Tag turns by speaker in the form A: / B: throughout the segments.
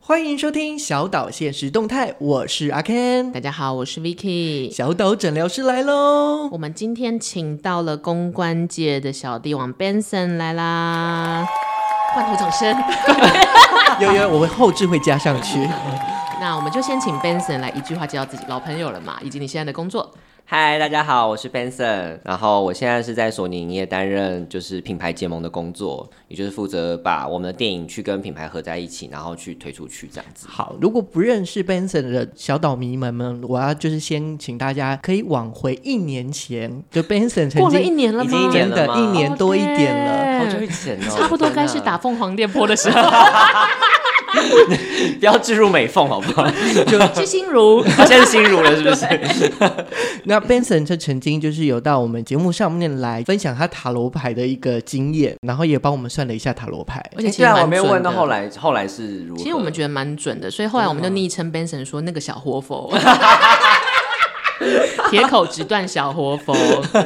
A: 欢迎收听小岛现实动态，我是阿 Ken，
B: 大家好，我是 Vicky。
A: 小岛诊疗师来喽。
B: 我们今天请到了公关界的小帝王 Benson 来啦，罐头掌声。
A: 悠悠，我们后置会加上去。
B: 那我们就先请 Benson 来一句话介绍自己，老朋友了嘛，以及你现在的工作。
C: 嗨，大家好，我是 Benson，然后我现在是在索尼影业担任就是品牌结盟的工作，也就是负责把我们的电影去跟品牌合在一起，然后去推出去这样子。
A: 好，如果不认识 Benson 的小岛迷们们，我要就是先请大家可以往回一年前，就 Benson 曾经
B: 过了一年了吗？
C: 已经一年
A: 真
C: 了
A: 的
C: 吗
A: 一年多一点了。
C: 好
B: 哦
C: 久
B: 天
C: 以前哦，
B: 差不多
C: 天哪
B: 该是打凤凰电波的时候。
C: 不要置入美凤好不好？
B: 是心如，
C: 他现在是心如了是不是？
A: 那 Benson 他曾经就是有到我们节目上面来分享他塔罗牌的一个经验，然后也帮我们算了一下塔罗牌。
B: 而且其
C: 虽
B: 实
C: 然啊我
B: 蛮
C: 没有问
B: 准
C: 到后
B: 的。
C: 来，后来是如何？
B: 其实我们觉得蛮准的，所以后来我们就昵称 Benson 说那个小活佛，铁口直断小活佛。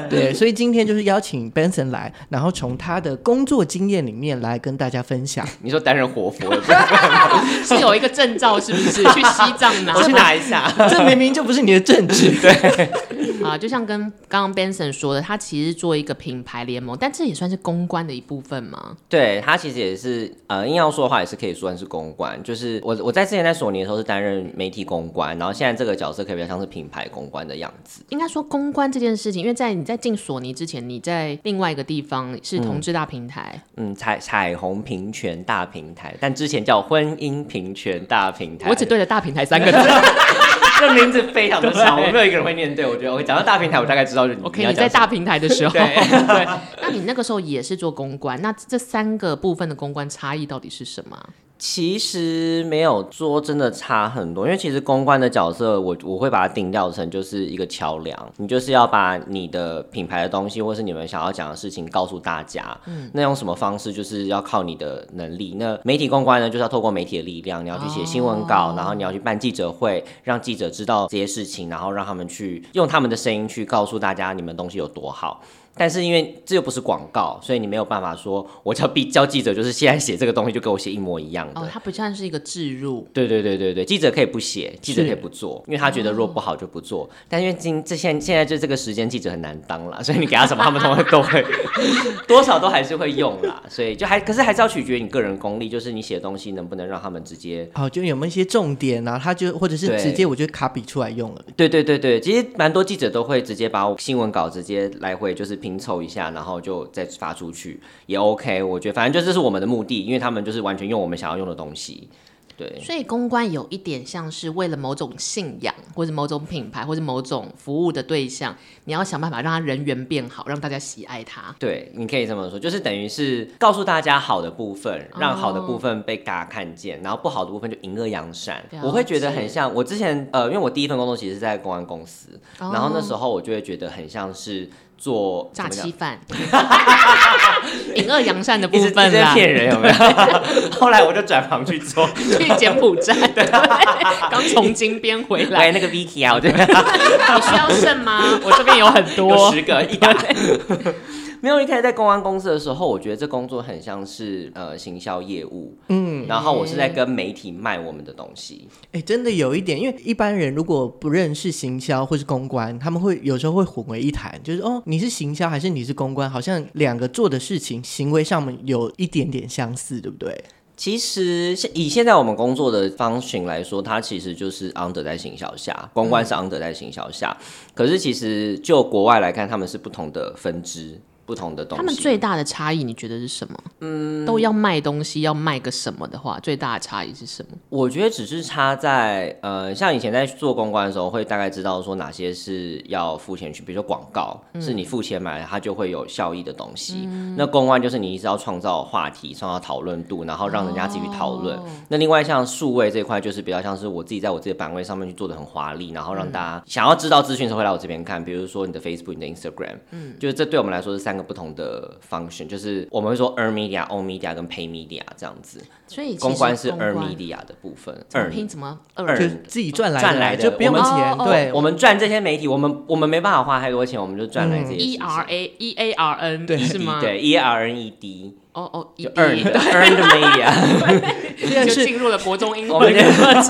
A: 对，所以今天就是邀请 Benson 来，然后从他的工作经验里面来跟大家分享。
C: 你说担任活佛，
B: 是有一个证照，是不 是？去西藏拿
C: 我去拿一 下。
A: 这明明就不是你的正 职，
B: 啊？就像跟刚刚 Benson 说的，他其实做一个品牌联盟，但这也算是公关的一部分嘛。
C: 对他其实也是，呃，硬要说的话也是可以算是公关。就是我我在之前在索尼的时候是担任媒体公关，然后现在这个角色可以比较像是品牌公关的样子。
B: 应该说公关这件事情，因为在你在进索尼之前，你在另外一个地方是同志大平台，
C: 嗯，彩彩虹平权大平台，但之前叫婚姻平权大平台。
B: 我只对着“大平台”三个字。
C: 这名字非常的 长，我没有一个人会念对。我觉得我讲到大平台，我大概知道就你
B: OK，
C: 要
B: 你在
C: 讲什
B: 大平台的时候，
C: 对
B: 那你那个时候也是做公关，那这三个部分的公关差异到底是什么啊？
C: 其实没有说真的差很多，因为其实公关的角色我，我会把它定调成就是一个桥梁，你就是要把你的品牌的东西，或是你们想要讲的事情告诉大家。嗯，那用什么方式，就是要靠你的能力。那媒体公关呢，就是要透过媒体的力量，你要去写新闻稿，
B: 哦
C: 然后你要去办记者会，让记者知道这些事情，然后让他们去用他们的声音去告诉大家你们东西有多好。但是因为这又不是广告，所以你没有办法说，我叫记叫记者，就是现在写这个东西就给我写一模一样的。
B: 哦，它不像是一个置入，
C: 对对对对对，记者可以不写，记者可以不做，因为他觉得如果不好就不做。但因为今这现现在就这个时间，记者很难当啦，所以你给他什么，他们通常都会多少都还是会用啦。所以就还可是还是要取决于你个人功力，就是你写的东西能不能让他们直接。
A: 哦，就有没有一些重点啊？他就或者是
C: 对
A: 直接我就卡笔出来用了。
C: 对对对对，其实蛮多记者都会直接把我新闻稿直接来回就是拼凑一下，然后就再发出去也 OK。我觉得反正就这是我们的目的，因为他们就是完全用我们想要用的东西。对，
B: 所以公关有一点像是为了某种信仰，或者某种品牌，或者某种服务的对象，你要想办法让他人缘变好，让大家喜爱他。
C: 对，你可以这么说，就是等于是告诉大家好的部分，让好的
B: 哦
C: 部分被大家看见，然后不好的部分就引恶扬善
B: 了。
C: 我会觉得
B: 解
C: 很像我之前呃，因为我第一份工作其实是在公安公司，
B: 哦
C: 然后那时候我就会觉得很像是做
B: 诈。
C: 怎
B: 欺
C: 么 讲
B: 犯，隐恶扬善的部
C: 一直一直
B: 分
C: 在
B: 啦，
C: 骗人有没 有？后来我就转行去做，
B: 去柬埔寨， 对刚从金边回来，
C: 喂，那个 Vicky 啊，我觉得
B: 你需要肾吗？我这边有很
C: 有
B: 多
C: 十 个一打。没有一开始在公安公司的时候，我觉得这工作很像是呃行销业务，
A: 嗯，
C: 然后我是在跟媒体卖我们的东西。
A: 哎，真的有一点，因为一般人如果不认识行销或是公关，他们会有时候会混为一谈，就是哦，你是行销还是你是公关，好像两个做的事情行为上面有一点点相似，对不对？
C: 其实现以现在我们工作的方型来说，它其实就是 under 在行销下，公关
B: 嗯
C: 是 under 在行销下。可是其实就国外来看，他们是不同的分支，不同的东西。
B: 他们最大的差异，你觉得是什么？嗯，都要卖东西，要卖个什么的话，最大的差异是什么？
C: 我觉得只是差在，呃，像以前在做公关的时候，会大概知道说哪些是要付钱去，比如说广告，是你付钱买，它就会有效益的东西。那公关就是你一直要创造话题，创造讨论度，然后让人家自己去讨论。
B: 哦
C: 那另外像数位这一块，就是比较像是我自己在我自己的版位上面去做的很华丽，然后让大家想要知道资讯的时候会来我这边看，比如说你的 Facebook、你的 Instagram，嗯，就是这对我们来说是三个不同的 function，就是我们会说 earn media、own media 跟 pay media 这样子。
B: 所以其实
C: 公关是 earn
B: 公关
C: media 的部分
B: 怎么
C: ，earn
B: 拼怎么
C: 二
A: 就
B: 二
C: 人
A: 是自己赚来
C: 赚来
A: 就
C: 的
A: 不用
C: 我
B: 们
A: 钱，
B: 哦哦
A: 对，
C: 我们赚这些媒体，我们我们没办法花太多钱，我们就赚来这些事
B: E
C: 情。
B: R A E A R N
A: 对
B: 是吗？
C: 对，E R N E D，
B: 哦哦，一
C: 就
B: D，
C: earned earned media，
A: 现在
B: 就是进入了国中英
C: 我
B: 文
C: 们就
B: 课程。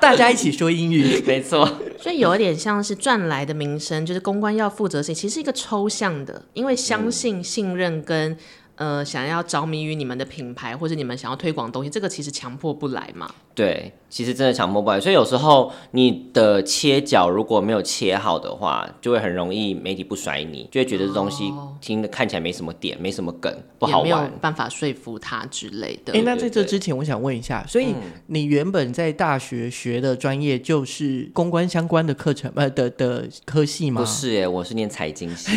A: 大家一起说英语，
C: 没错，
B: 所以有一点像是赚来的名声，就是公关要负责性，其实是一个抽象的，因为
C: 嗯
B: 相信、信任跟呃想要着迷于你们的品牌或者你们想要推广的东西，这个其实强迫不来嘛。
C: 对，其实真的强迫不来，所以有时候你的切角如果没有切好的话，就会很容易媒体不甩你，就会觉得这东西
B: 哦
C: 听的看起来没什么点，没什么梗，不
B: 也
C: 好
B: 没有
C: 玩。
B: 办法说服他之类的。
A: 哎、那在
C: 对
A: 这
C: 对
A: 之前，我想问一下，所以
C: 嗯
A: 你原本在大学学的专业就是公关相关的课程，呃的的科系吗？
C: 不是耶，我是念财经系，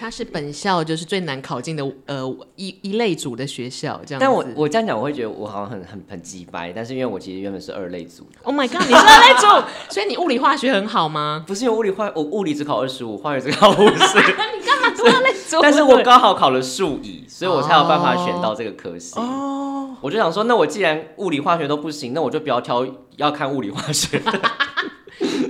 B: 他是本校就是最难考进的呃一一类组的学校这样子。
C: 但我我这样讲，我会觉得我好像很很很鸡掰，但是因为我其实原本是二类组的，
B: Oh my god！你是二类组， 所以你物理化学很好吗？
C: 不是因为物理化，我物理只考二十五，化学只考五十，？
B: 那你干嘛读二类组
C: 但是我刚好考了数乙，所以我才有办法选到这个科系。
A: 哦，
C: 我就想说，那我既然物理化学都不行，那我就不要挑要看物理化学。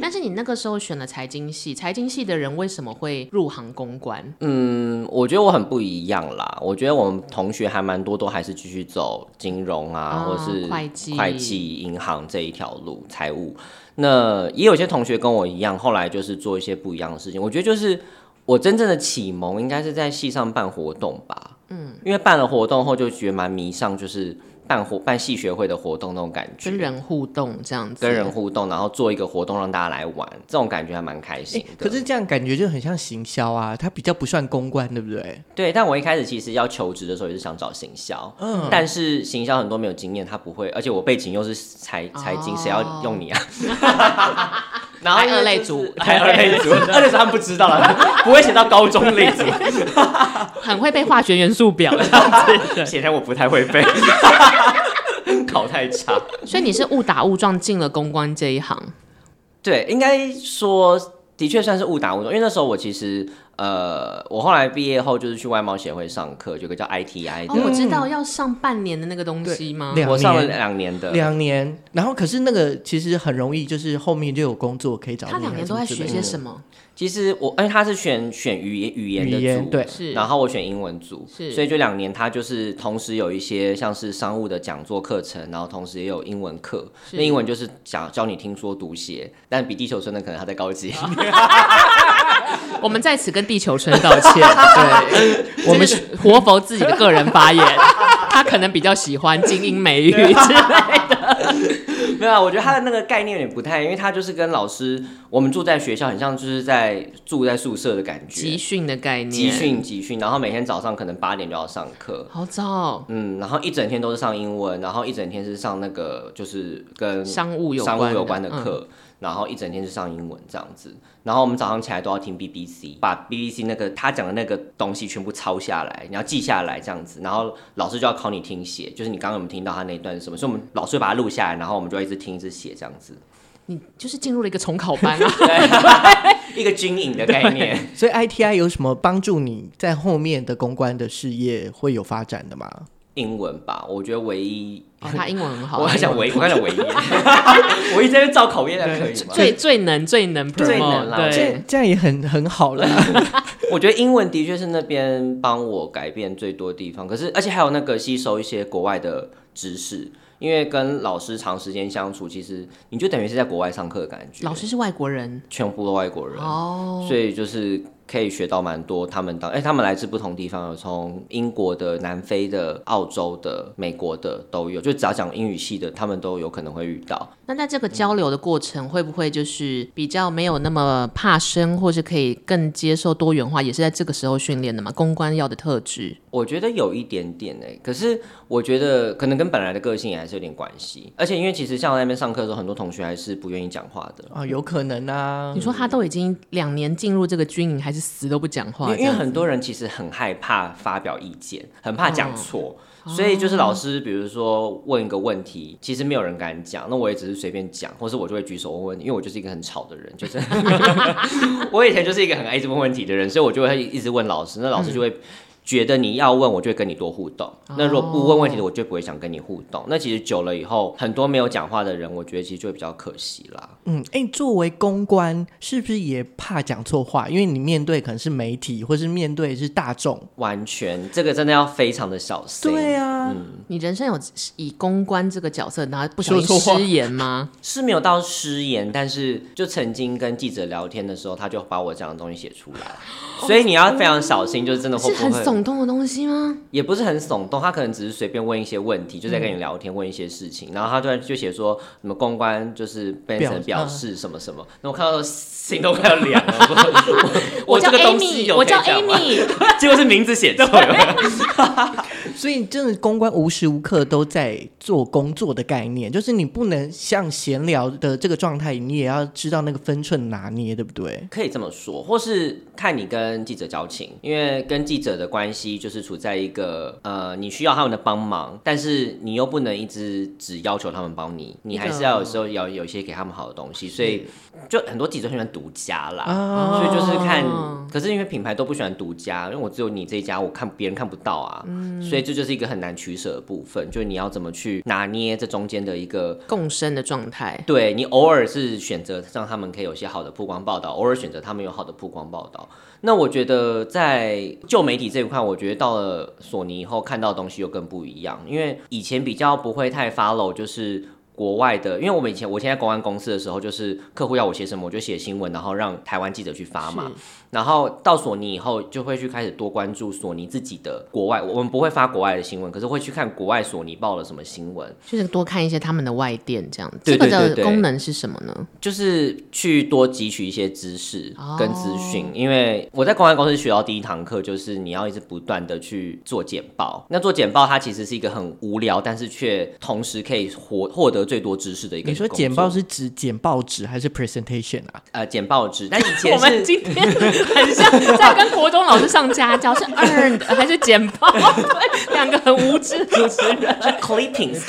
B: 但是你那个时候选了财经系，财经系的人为什么会入行公关？
C: 嗯，我觉得我很不一样啦。我觉得我们同学还蛮多都还是继续走金融啊，
B: 哦
C: 或是
B: 会计
C: 会计、银行这一条路，财务。那也有些同学跟我一样，后来就是做一些不一样的事情。我觉得就是我真正的启蒙应该是在系上办活动吧。嗯，因为办了活动后就觉得蛮迷上，就是办活办系学会的活动那种感觉，
B: 跟人互动这样子，
C: 跟人互动，然后做一个活动让大家来玩，这种感觉还蛮开心
A: 诶
C: 的。
A: 可是这样感觉就很像行销啊，它比较不算公关，对不对？
C: 对，但我一开始其实要求职的时候也是想找行销，
A: 嗯
C: 但是行销很多没有经验，他不会，而且我背景又是财财经，谁
B: 哦
C: 要 用你啊？然后
B: 还
C: 因为
B: 二类
C: 就是
B: 组
C: 还二类 组，二类组他们不知道了，不会写到高中类组，
B: 很会被化学元素表。
C: 显然我不太会背， 考太差。
B: 所以你是误打误撞进了公关这一行。
C: 对，应该说的确算是误打误撞，因为那时候我其实呃，我后来毕业后就是去外贸协会上课，有个叫 ITI
B: 哦，我
C: 的，
B: 知道要上半年的那个东西吗？
A: 两
C: 我上了
A: 年
C: 两年的，
A: 两年，然后可是那个其实很容易，就是后面就有工作可以找你。
B: 他两年都在学
A: 还是什么之类
B: 些
A: 的
B: 什么？
C: 其实我，因为他是选选语言语言
A: 语
C: 的
A: 言
C: 组，
A: 对
B: 是
C: 然后我选英文组，
B: 是
C: 所以就两年，他就是同时有一些像是商务的讲座课程，然后同时也有英文课。
B: 是
C: 那英文就是讲教你听说读写，但比地球村的可能他在高级。
B: 我们在此跟地球村道 歉，对，我们是活佛自己的个人发言，他可能比较喜欢精英美语之类的。
C: 没有啊，我觉得他的那个概念有点不太，因为他就是跟老师，我们住在学校，很像就是在住在宿舍的感
B: 集
C: 觉。
B: 训的概念，
C: 集训集训，然后每天早上可能八点就要上课，
B: 好早，哦
C: 嗯，然后一整天都是上英文，然后一整天是上那个就是跟
B: 商务有
C: 商务
B: 关
C: 有关的
B: 嗯
C: 课，然后一整天是上英文这样子。然后我们早上起来都要听 BBC，把 BBC 那个他讲的那个东西全部抄下来，你要记下来这样子。然后老师就要考你听写，就是你刚刚有没有听到他那一段是什么？所以我们老师会把它录下来，然后我们就一直听一直写这样子，
B: 你就是进入了一个重考班 啊。
C: 一个军营的概念。
A: 所以 ITI 有什么帮助你在后面的公关的事业会有发展的吗？
C: 英文吧，我觉得唯一，
B: 哦他英文很好，
C: 我还
B: 他英
C: 想
B: 文
C: 唯，我还想唯一，我一直在 那边照口音还啊可以吗？
B: 最最能最能
C: 最能
B: promote，
C: 啦
A: 这
B: 对，
A: 这样也很很好了。
C: 我觉得英文的确是那边帮我改变最多的地方，可是而且还有那个吸收一些国外的知识，因为跟老师长时间相处，其实你就等于是在国外上课的感觉，
B: 老师是外国人
C: 全部都外国人，
B: 哦，
C: 所以就是可以学到蛮多他们当哎、他们来自不同地方，有从英国的、南非的、澳洲的、美国的都有，就只要讲英语系的，他们都有可能会遇到。
B: 那在这个交流的过程，会不会就是比较没有那么怕生，或是可以更接受多元化，也是在这个时候训练的嘛？公关要的特质，
C: 我觉得有一点点哎、可是我觉得可能跟本来的个性也还是有点关系，而且因为其实像我在那边上课的时候，很多同学还是不愿意讲话的，
A: 啊，有可能啊
C: 嗯
B: 你。说他都已经两年进入这个军营，还是死都不讲
C: 因
B: 话
C: 为
B: 这
C: 因为
B: 样？
C: 很多人其实很害怕发表意见，很怕讲错。所以就是老师，比如说问一个问题，其实没有人敢讲，那我也只是随便讲，或是我就会举手问问题，因为我就是一个很吵的人，就是我以前就是一个很爱一直问问题的人，所以我就会一直问老师，那老师就会觉得你要问，我就会跟你多互动。那如果不问问题的，我就不会想跟你互动。那其实久了以后，很多没有讲话的人，我觉得其实就会比较可惜啦。
A: 嗯，哎、作为公关，是不是也怕讲错话？因为你面对可能是媒体，或是面对是大众。
C: 完全，这个真的要非常的小心。
A: 对啊，
B: 你人生有以公关这个角色，然后不小
A: 说
B: 心
A: 错话
B: 失言吗？
C: 是没有到失言，但是就曾经跟记者聊天的时候，他就把我讲的东西写出来，所以你要非常小心，就是真的会
B: 哦是
C: 不
B: 很
C: 会，
B: 耸动的东西吗？
C: 也不是很耸动，他可能只是随便问一些问题，就在跟
B: 嗯
C: 你聊天，问一些事情，然后他突然就写说什么公关就是变成
A: 表
C: 表示什么什么，那我看到心都快要凉 了，我说我我这
B: 叫
C: 个东
B: Amy，
C: 西有
B: 我
C: 可以
B: 叫
C: 讲吗
B: Amy，
C: 结果是名字写错了，
A: 所以真的公关无时无刻都在做工作的概念，就是你不能像闲聊的这个状态，你也要知道那个分寸拿捏，对不对？
C: 可以这么说，或是看你跟记者交情，因为跟记者的关系就是处在一个呃，你需要他们的帮忙，但是你又不能一直只要求他们帮你，你还是
A: 啊
C: 要有时候要有一些给他们好的东西，所以就很多记者很喜欢独家啦，
A: 啊哦
C: 所以就是看，可是因为品牌都不喜欢独家，因为我只有你这一家，我看别人看不到啊，
A: 嗯
C: 所以这就是一个很难取舍的部分，就是你要怎么去拿捏这中间的一个
B: 共生的状态。
C: 对你偶尔是选择让他们可以有一些好的曝光报道，偶尔选择他们有好的曝光报道。那我觉得在旧媒体这一块，我觉得到了索尼以后看到的东西又更不一样，因为以前比较不会太 follow 就是。国外的，因为我们以前我以前在公安公司的时候，就是客户要我写什么，我就写新闻，然后让台湾记者去发嘛。然后到索尼以后，就会去开始多关注索尼自己的国外，我们不会发国外的新闻，可是会去看国外索尼报了什么新闻。
B: 就是多看一些他们的外店这样，
C: 对对
B: 这个
C: 对对
B: 的功能是什么呢？
C: 就是去多汲取一些知识
B: 哦
C: 跟资讯，因为我在公安公司学到第一堂课就是你要一直不断的去做简报。那做简报它其实是一个很无聊，但是却同时可以获获得最多知识的一个
A: 你
C: 工作。
A: 说简报是指简报纸还是 presentation 啊？
C: 呃简报纸，但以
B: 我
C: 前
B: 们
C: 是
B: 今天 很像在跟国中老师上家教，是 earned 还是简报？对两个很无知主持人
C: clippings，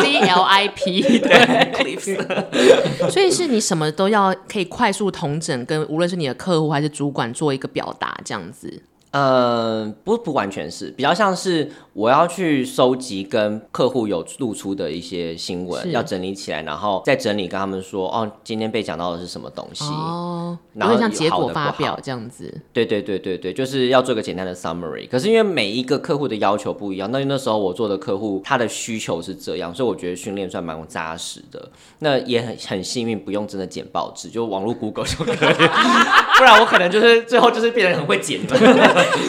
B: ，C L I P。
C: 对 clips，
B: 所以是你什么都要可以快速统整，跟无论是你的客户还是主管做一个表达这样子。
C: 呃不不完全是，比较像是我要去收集跟客户有露出的一些新闻，
B: 是
C: 要整理起来，然后再整理跟他们说哦，今天被讲到的是什么东西。
B: 哦，有
C: 然后
B: 点像结
C: 有好
B: 果
C: 的
B: 发
C: 不好
B: 表这样子。
C: 对对对对对，就是要做个简单的 summary。可是因为每一个客户的要求不一样，那那时候我做的客户他的需求是这样，所以我觉得训练算蛮扎实的。那也很很幸运，不用真的剪报纸，就网络 Google 就可以， 不然我可能就是最后就是变得很会 剪的，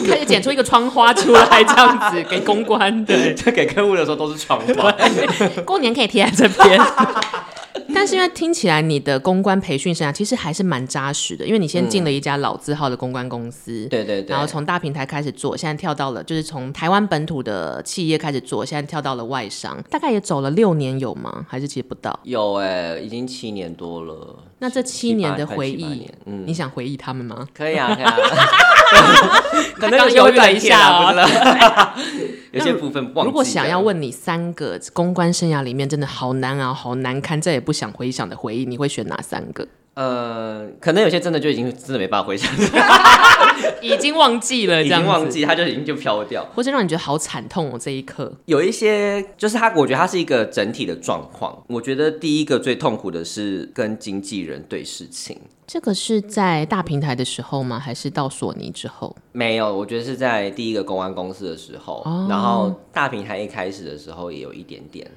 B: 开始剪出一个窗花出来，这样 子给公关的。
C: 就给客户的时候都是床话。
B: 过年可以贴在这边。 但是因为听起来你的公关培训生涯其实还是蛮扎实的，因为你先进了一家老字号的公关公司，
C: 对对对
B: 然后，从大平台开始做，现在跳到了就是从台湾本土的企业开始做，现在跳到了外商，大概也走了六年有吗？还是其实不到？
C: 有哎、已经七年多了。
B: 那这七年的回
C: 快七八
B: 忆
C: 年，嗯
B: 你想回忆他们吗？
C: 可以啊，可以啊。 可能
B: 刚
C: 有些会
B: 犹豫了一
C: 断片啊
B: 下哦
C: 不知道 有些部分忘记了。
B: 如果想要问你三个公关生涯里面真的好难熬、好难堪，再也不想回想的回忆，你会选哪三个？
C: 呃，可能有些真的就已经真的没办法回想，
B: 已经忘记了，
C: 已
B: 这样
C: 经
B: 子
C: 忘记，它就已经就飘掉。
B: 或者让你觉得好惨痛哦，这一刻。
C: 有一些就是它，我觉得它是一个整体的状况。我觉得第一个最痛苦的是跟经纪人对事情，
B: 这个是在大平台的时候吗？还是到索尼之后？
C: 没有，我觉得是在第一个公安公司的时候，
B: 哦
C: 然后大平台一开始的时候也有一点点，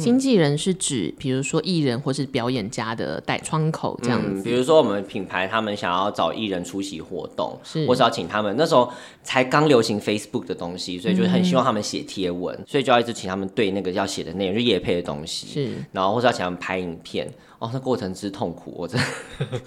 B: 经纪人是指，比如说艺人或是表演家的带窗口这样
C: 嗯，
B: 子。
C: 比如说我们品牌他们想要找艺人出席活动，
B: 是
C: 或是要请他们，那时候才刚流行 Facebook 的东西，所以就
B: 嗯
C: 很希望他们写贴文，所以就要一直请他们对那个要写的内容，就业配的东西，
B: 是
C: 然后或者要请他们拍影片。哦，那过程之痛苦，我真的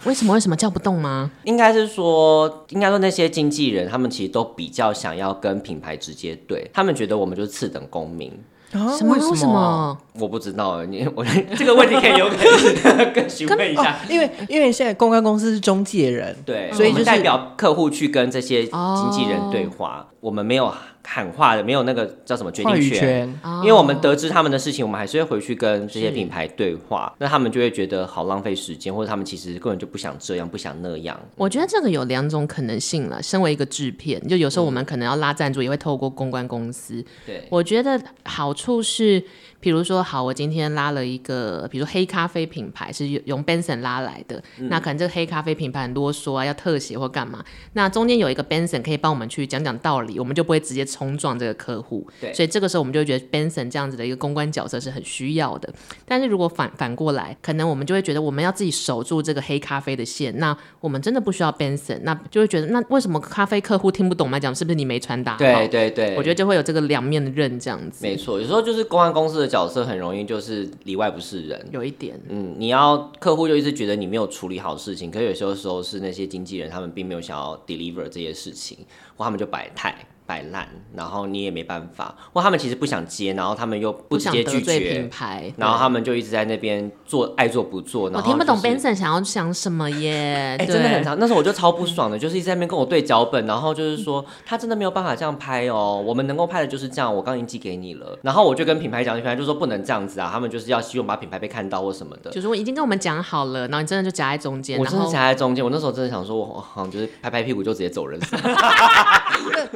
B: 为什么为什么叫不动吗？
C: 应该是说，应该说那些经纪人，他们其实都比较想要跟品牌直接对，他们觉得我们就是次等公民。
A: 啊
B: 什么
A: 为什
B: 什么？
C: 我不知道，你我这个问题可以有可能更询问一下
A: 哦。因为因为现在公关公司是中介人，
C: 对，
A: 所以
C: 我们
A: 就是
C: 代表客户去跟这些经纪人对话，我们没有喊话的，没有那个叫什么决
A: 话
C: 定
A: 语
C: 权。
A: 权。
C: 因为
B: 啊
C: 我们得知他们的事情，我们还是会回去跟这些品牌对话，那他们就会觉得好浪费时间，或者他们其实根本就不想这样，不想那样。
B: 我觉得这个有两种可能性了。身为一个制片，就有时候我们可能要拉赞助，也会透过公关公司。
C: 对，
B: 我觉得好处是，比如说，好，我今天拉了一个，比如说黑咖啡品牌是用 Benson 拉来的，
C: 嗯
B: 那可能这个黑咖啡品牌很啰嗦啊，要特写或干嘛，那中间有一个 Benson 可以帮我们去讲讲道理，我们就不会直接冲撞这个客户。
C: 对
B: 所以这个时候我们就会觉得 Benson 这样子的一个公关角色是很需要的。但是如果反反过来，可能我们就会觉得我们要自己守住这个黑咖啡的线，那我们真的不需要 Benson，那就会觉得那为什么咖啡客户听不懂？我们来讲是不是你没传达好？
C: 对，对，对，
B: 我觉得就会有这个两面的刃这样子。
C: 没错。有时候就是公安公司的角色很容易就是里外不是人。
B: 有一点，
C: 嗯，你要客户就一直觉得你没有处理好事情，可是有些时候是那些经纪人他们并没有想要 deliver 这些事情，或他们就摆态摆烂，然后你也没办法，或他们其实不想接，然后他们又
B: 不
C: 不直
B: 想
C: 接
B: 得
C: 拒
B: 罪品
C: 绝，
B: 牌，
C: 然后他们就一直在那边做爱做不做，然
B: 我
C: 后、就是、
B: 听不懂 Benson 想要想什么耶，
C: 哎、
B: 对，
C: 真的很长，那时候我就超不爽的，就是一直在那边跟我对脚本，然后就是说他真的没有办法这样拍哦，我们能够拍的就是这样，我刚已经寄给你了，然后我就跟品牌讲，品牌就说不能这样子啊，他们就是要希望把品牌被看到或什么的。
B: 就是我已经跟我们讲好了，然后你真的就夹在中间，
C: 我
B: 然
C: 真的
B: 后
C: 夹在中间，我那时候真的想说，我好像就是拍拍屁股就直接走人。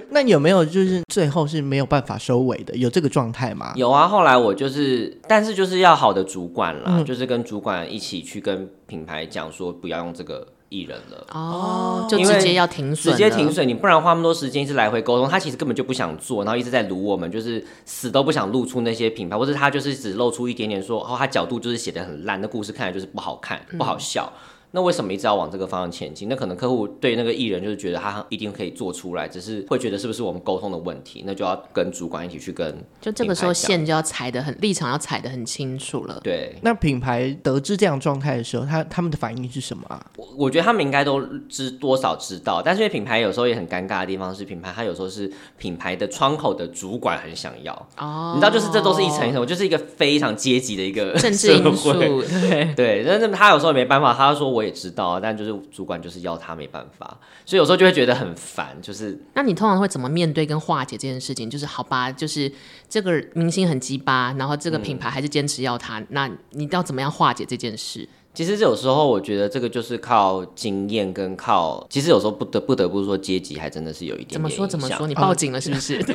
A: 那你有没有就是最后是没有办法收尾的？有这个状态吗？
C: 有啊，后来我就是，但是就是要好的主管啦，
B: 嗯
C: 就是跟主管一起去跟品牌讲说，不要用这个艺人了。
B: 哦，就
C: 因为
B: 直接要停损
C: 直
B: 了，
C: 接停水，你不然花那么多时间一直来回沟通，他其实根本就不想做，然后一直在撸我们，就是死都不想露出那些品牌，或者他就是只露出一点点说，哦，他角度就是写的很烂，那故事看起来就是不好看、不好笑。那为什么一直要往这个方向前进？那可能客户对那个艺人就是觉得他一定可以做出来，只是会觉得是不是我们沟通的问题，那就要跟主管一起去跟
B: 就这个时候
C: 品牌讲
B: 线就要踩的很，立场要踩的很清楚了。
C: 对。
A: 那品牌得知这样状态的时候，他他们的反应是什么啊？
C: 我我觉得他们应该都知多少知道，但是因为品牌有时候也很尴尬的地方是，品牌它有时候是品牌的窗口的主管很想要，
B: 哦，
C: 你知道，就是这都是一 层一层，我就是一个非常阶级的一个
B: 政治因
C: 社
B: 素，
C: 会。
B: 对，
C: 对，但是他有时候也没办法，他说我也知道，但就是主管就是要他没办法，所以有时候就会觉得很烦，就是
B: 那你通常会怎么面对跟化解这件事情？就是好吧，就是这个明星很鸡巴，然后这个品
C: 嗯
B: 牌还是坚持要他，那你要怎么样化解这件事？
C: 其实有时候我觉得这个就是靠经验跟靠，其实有时候不得不得不说阶级还真的是有一点
B: 怎么
C: 点
B: 说？怎么
C: 影响啊
B: 说？？你
A: 哦
B: 报警了是不是？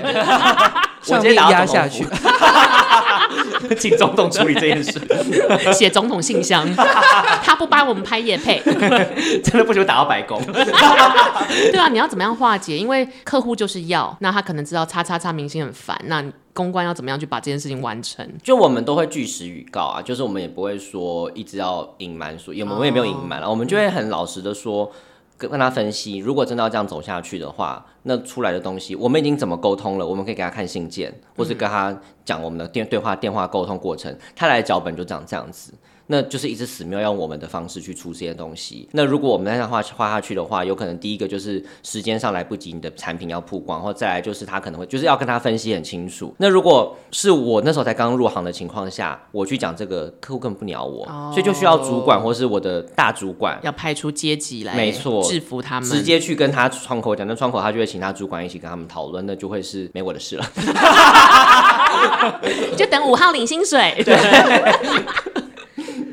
C: 我
A: 上
C: 直接
A: 面
C: 打到
A: 压
C: 总统
A: 下去，
C: 府，请总统处理这件事，
B: 写总统信箱， 他不帮我们拍夜配，
C: 真的不行打到白宫。
B: 对啊，你要怎么样化解？因为客户就是要，那他可能知道叉叉叉明星很烦，那你公关要怎么样去把这件事情完成？
C: 就我们都会据实以告啊，就是我们也不会说一直要隐瞒说，也我们也没有隐瞒
B: 哦
C: 啊了，我们就会很老实的说，跟跟他分析，如果真的要这样走下去的话，那出来的东西我们已经怎么沟通了，我们可以给他看信件，或是跟他讲我们的电对话电话沟通过程，他来的脚本就长这样子。那就是一直死没有用我们的方式去出这些东西。那如果我们再这样画画下去的话，有可能第一个就是时间上来不及，你的产品要曝光，或再来就是他可能会就是要跟他分析很清楚。那如果是我那时候才刚入行的情况下，我去讲这个，客户根本不鸟我，所以就需要主管或是我的大主管
B: 要派出阶级来，
C: 没错
B: 制服他们。
C: 直接去跟他窗口讲，那窗口他就会请他主管一起跟他们讨论，那就会是没我的事了。
B: 就等五号领薪水。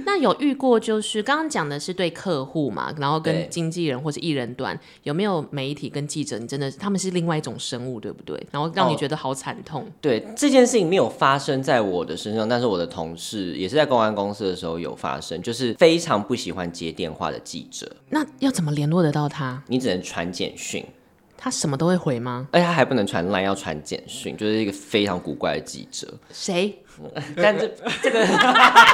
B: 那有遇过就是刚刚讲的是对客户嘛，然后
C: 对
B: 跟经纪人或是艺人端，有没有媒体跟记者，你真的他们是另外一种生物，对不对？然后让你
C: 哦
B: 觉得好惨痛，
C: 对这件事情没有发生在我的身上，但是我的同事也是在公安公司的时候有发生，就是非常不喜欢接电话的记者，
B: 那要怎么联络得到他？
C: 你只能传简讯，
B: 他什么都会回吗？
C: 而且他还不能传烂，要传简讯，就是一个非常古怪的记 者。
B: 谁？
C: 但这这个，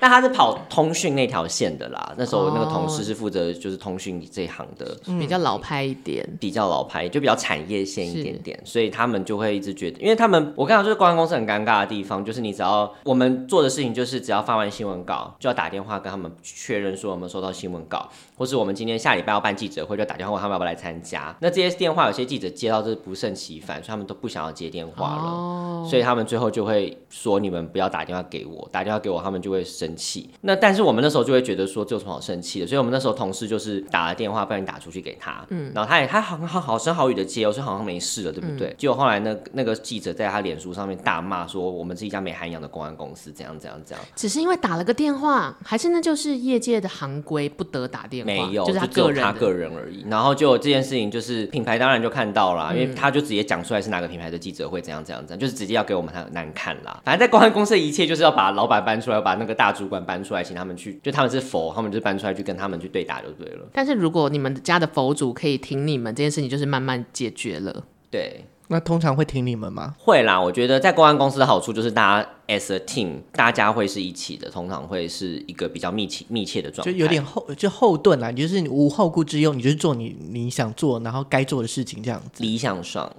C: 但他是跑通讯那条线的啦。那时候我那个同事是负责就是通讯这一行的，
B: 比较老派一点，
C: 比较老牌，就比较产业线一点点，所以他们就会一直觉得，因为他们我刚刚就是公关公司很尴尬的地方，就是你只要我们做的事情就是只要发完新闻稿，就要打电话跟他们确认说我们收到新闻稿，或是我们今天下礼拜要办记者会，就打电话问他们要不要来参加。那这些电话有些记者接到就是不胜其烦，所以他们都不想要接
B: 嗯哦
C: 电话了。所以他们最后就会说：“你们不要打电话给我，打电话给我，他们就会生生气。那但是我们那时候就会觉得说这有什么好生气的，所以我们那时候同事就是打了电话，不然打出去给他，嗯，然后他也他好好好声好语的接，我说好像没事了，对不对？结果后来那那个记者在他脸书上面大骂说我们是一家没涵养的公安公司，怎样怎样怎样。
B: 只是因为打了个电话，还是那就是业界的行规，不得打电话，
C: 没有，
B: 就是他
C: 就只有
B: 个
C: 他
B: 人的。
C: 个人而已。然后就这件事情，就是品牌当然就看到啦，
B: 嗯
C: 因为他就直接讲出来是哪个品牌的记者会怎样怎样怎样，就是直接要给我们很难看啦。反正在公安公司的一切就是要把老板搬出来，把那个大主管搬出来，请他们去，就他们是否，他们就搬出来去跟他们去对打就对了。
B: 但是如果你们家的佛祖可以挺你们，这件事情就是慢慢解决了。
C: 对，
A: 那通常会听你们吗？
C: 会啦，我觉得在公安公司的好处就是大家 as a team，大家会是一起的，通常会是一个比较密切密切的状态，
A: 就有点后就后盾啦，你就是你无后顾之忧，你就是做你你想做，然后该做的事情这样子。
C: 理想上。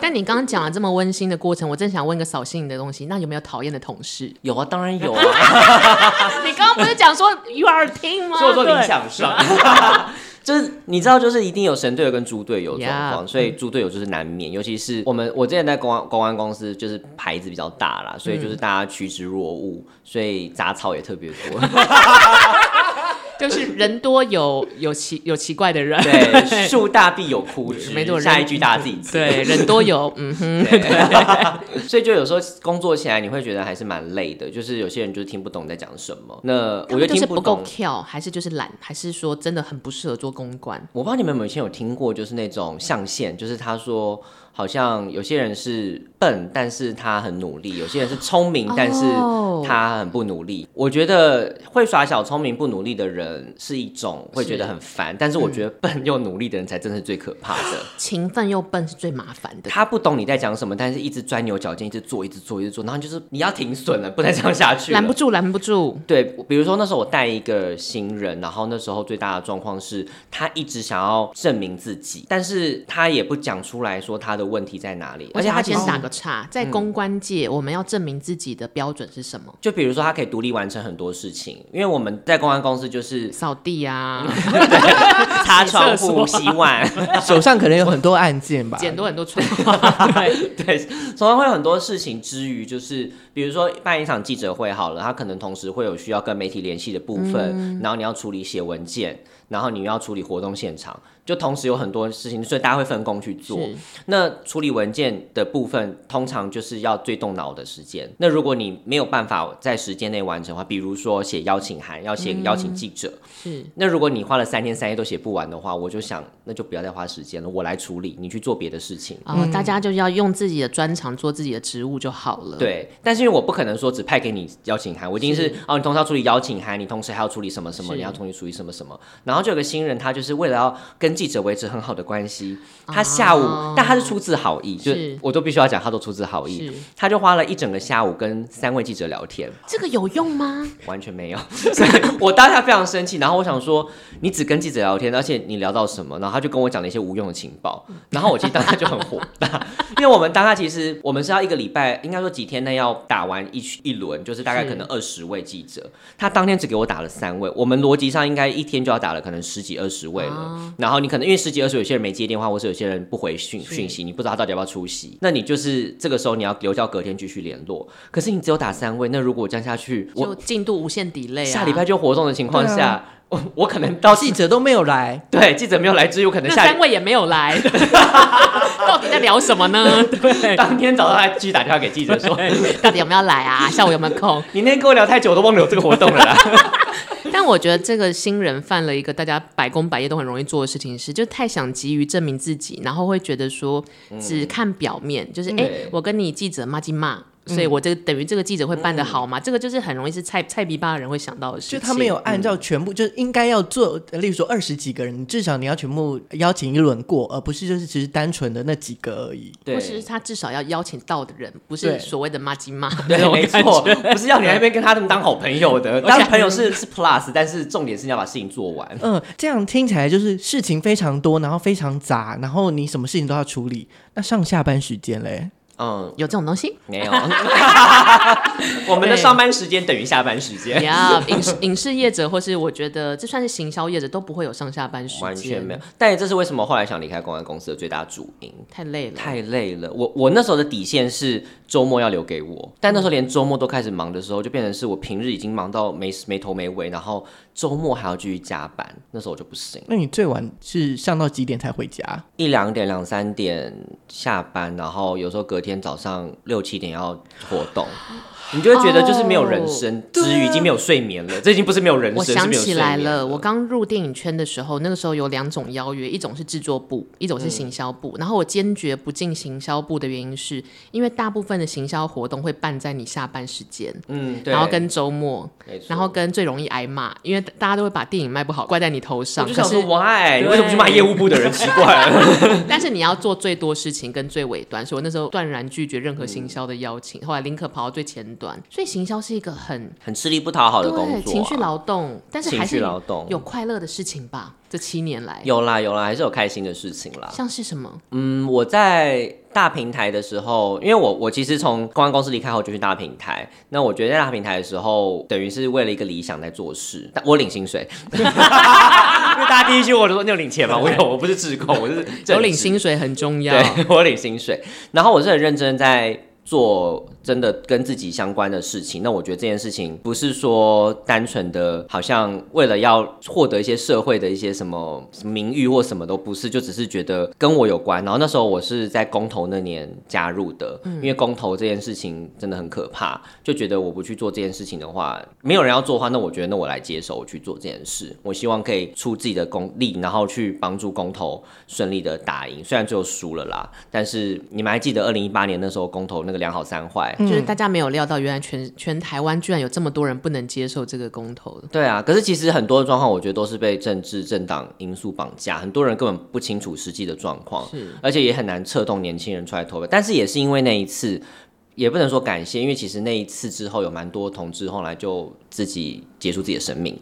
B: 但你刚刚讲了这么温馨的过程，我正想问个扫兴的东西，那有没有讨厌的同事？
C: 有啊，当然 有啊，
B: 你刚刚不是讲说 you are a team 吗？
C: 所以我说 理
B: 对
C: 想上。 就是你知道，就是一定有神队友跟猪队友的状况
B: Yeah 嗯
C: 所以猪队友就是难免。尤其是我们，我之前在公安公安公司，就是牌子比较大啦，所以
B: 嗯
C: 就是大家趋之若鹜，所以杂草也特别 多。
B: 就是人多有有奇有奇怪的人，
C: 对，树大必有枯枝，
B: 没错
C: 下一
B: 人
C: 句大家自己记。
B: 对，人多有嗯哼，
C: 所以就有时候工作起来，你会觉得还是蛮累的。就是有些人就是听不懂你在讲什么，那
B: 他
C: 我就
B: 们就
C: 听
B: 是不够
C: 懂。
B: 跳，还是就是懒，还是说真的很不适合做公关？
C: 我不知道你们有没有以前有听过，就是那种象限，就是他说好像有些人是笨，但是他很努力；有些人是聪明，嗯但是
B: 哦
C: 他很不努力。我觉得会耍小聪明不努力的人是一种会觉得很烦，但是我觉得笨又努力的人才真的是最可怕的。
B: 勤奋又笨是最麻烦的。
C: 他不懂你在讲什么，但是一直钻牛角尖，一直做，一直做，一直做，然后就是你要停损了，不能这样下去了
B: 拦不住，拦不住，
C: 对，比如说那时候我带一个新人，然后那时候最大的状况是他一直想要证明自己，但是他也不讲出来说他的问题在哪里，
B: 我
C: 而且
B: 想
C: 他
B: 要
C: 其
B: 先
C: 实嗯
B: 打个岔，在公关界，我们要证明自己的标准是什么？
C: 就比如说他可以独立完成很多事情，因为我们在公安公司 就是
B: 扫地啊，
C: 嗯擦窗
B: 洗厕
C: 户、
B: 所
C: 洗碗，
A: 手上可能有很多案件吧，
B: 捡多很多窗花，
C: 对，常常会有很多事情之余，就是比如说办一场记者会好了，他可能同时会有需要跟媒体联系的部分，
B: 嗯
C: 然后你要处理写文件，然后你又要处理活动现场，就同时有很多事情，所以大家会分工去做。
B: 是
C: 那处理文件的部分，通常就是要最动脑的时间。那如果你没有办法在时间内完成的话，比如说写邀请函，要
B: 嗯
C: 写邀请记者，
B: 是
C: 那如果你花了三天三夜都写不完的话，我就想那就不要再花时间了，我来处理，你去做别的事情。
B: 啊，大家就要用自己的专长做自己的职务就好了。，
C: 对，但是因为我不可能说只派给你邀请函，我一定是哦，你同时要处理邀请函，你同时还要处理什么什么，
B: 是
C: 你要同时处理什么什么。然后就有个新人，他就是为了要跟记者维持很好的关系，他下午，
B: 哦
C: 但他是出自好意，就是我都必须要讲，他都出自好意
B: 是，
C: 他就花了一整个下午跟三位记者聊天，
B: 这个有用吗？
C: 完全没有。 所以我当下非常生气，然后我想说，你只跟记者聊天，而且你聊到什么？然后他就跟我讲了一些无用的情报，然后我其实当下就很火大，因为我们当下其实我们是要一个礼拜，应该说几天内要打完一区一轮，就是大概
B: 是
C: 可能二十位记者，他当天只给我打了三位，我们逻辑上应该一天就要打了可能十几二十位了，
B: 啊
C: 然后你可能因为十几二十有些人没接电话，或是有些人不回讯讯息，你不知道他到底要不要出席，那你就是这个时候你要留到隔天继续联络，可是你只有打三位，那如果这样下去，我
B: 就进度无限 delay 啊。
C: 下礼拜就活动的情况
A: 对
C: 下，
A: 啊
C: 我我可能到
A: 记者都没有来，
C: 对记者没有来之余，我可能
B: 那
C: 下
B: 三
C: 礼
B: 位也没有 来，到底在聊什么呢？对，
C: 当天早上还继续打电话给记者说，
B: 到底有没有来啊？ 下午有没有空？
C: 你那天跟我聊太久，我都忘了有这个活动了啦。
B: 但我觉得这个新人犯了一个大家百工百业都很容易做的事情是，就太想急于证明自己，然后会觉得说只看表面，就是哎、诶
C: 嗯对
B: 我跟你记者骂鸡骂。所以，
A: 嗯
B: 我这个等于这个记者会
C: 嗯
B: 办得好吗？这个就是很容易是菜菜逼吧的人会想到的事
A: 就
B: 情。
A: 他没有按照全部，就是应该要做，呃例如说二十几个人，至少你要全部邀请一轮过，而不是就是只是单纯的那几个而已。
C: 对
B: 或是他至少要邀请到的人，不
A: 对
B: 是所谓的骂 鸡骂。
C: 对，没错，不是要你在那边跟他们当好朋友的，当朋友是是 plus，但是重点是你要把事情做完。
A: 嗯，这样听起来就是事情非常多，然后非常杂，然后你什么事情都要处理。那上下班时间嘞？
C: 嗯，
B: 有这种东西
C: 没有， 我们的上班时间等于下班时间。
B: 呀影视影视业者或是我觉得这算是行销业者都不会有上下班时间，
C: 完全没有，，但这是为什么后来想离开公关公司的最大主因。嗯
B: 太累了。
C: 太累了，我我那时候的底线是周末要留给我，但那时候连周末都开始忙的时候，就变成是我平日已经忙到没没头没尾，然后周末还要继续加班，那时候我就不行，
A: 那你最晚是上到几点才回家？
C: 一两点两三点下班，然后有时候隔天早上六七点要活动，你就会觉得就是没有人生之余已经没有睡眠了，这已经不是没有人生，
B: 我
C: 是
B: 想
C: 没有
B: 起来
C: 睡眠
B: 了，我刚入电影圈的时候，那个时候有两种邀约，一种是制作部，
C: 嗯
B: 一种是行销部。然后我坚决不进行销部的原因是，因为大部分的行销活动会办在你下班时间，
C: 嗯，对，
B: 然后跟周末，
C: 没错
B: 然后跟最容易挨骂，因为大家都会把电影卖不好怪在你头
C: 我
B: 上。
C: 就
B: 可
C: 想说
B: 是，
C: why，你
B: 对
C: 为什么去骂业务部的人？奇怪，
B: 但是你要做最多事情跟最尾端，所以我那时候断然拒绝任何行销的邀 请。后来宁可跑到最前端，所以行销是一个很
C: 很吃力不讨好的工作啊、
B: 对情绪劳动，但是
C: 情
B: 还
C: 绪
B: 是
C: 劳动
B: 有快乐的事情吧？这七年来，
C: 有啦有啦，还是有开心的事情啦。
B: 像是什么？
C: 嗯，我在大平台的时候，因为我我其实从公关公司离开后就去大平台。那我觉得在大平台的时候，等于是为了一个理想在做事，但我领薪水。 因为大家第一句我就说你有领钱吗？我有，我不是自工，我是正职
B: 有领薪水很重要。
C: 对， 我领薪水。然后我是很认真在做真的跟自己相关的事情。那我觉得这件事情不是说单纯的，好像为了要获得一些社会的一些什么什么名誉或什么都不是，就只是觉得跟我有关。然后那时候我是在公投那年加入的，
B: 嗯
C: 因为公投这件事情真的很可怕，就觉得我不去做这件事情的话，没有人要做的话，那我觉得那我来接手我去做这件事。我希望可以出自己的功力，然后去帮助公投顺利的打赢。虽然最后输了啦，但是你们还记得二零一八年那时候公投那个两好三坏？
B: 就是大家没有料到，原来全全台湾居然有这么多人不能接受这个公投的。
C: 对啊，可是其实很多的状况，我觉得都是被政治政党因素绑架，很多人根本不清楚实际的状况，而且也很难策动年轻人出来投票。但是也是因为那一次，也不能说感谢，因为其实那一次之后，有蛮多同志后来就自己结束自己的生命，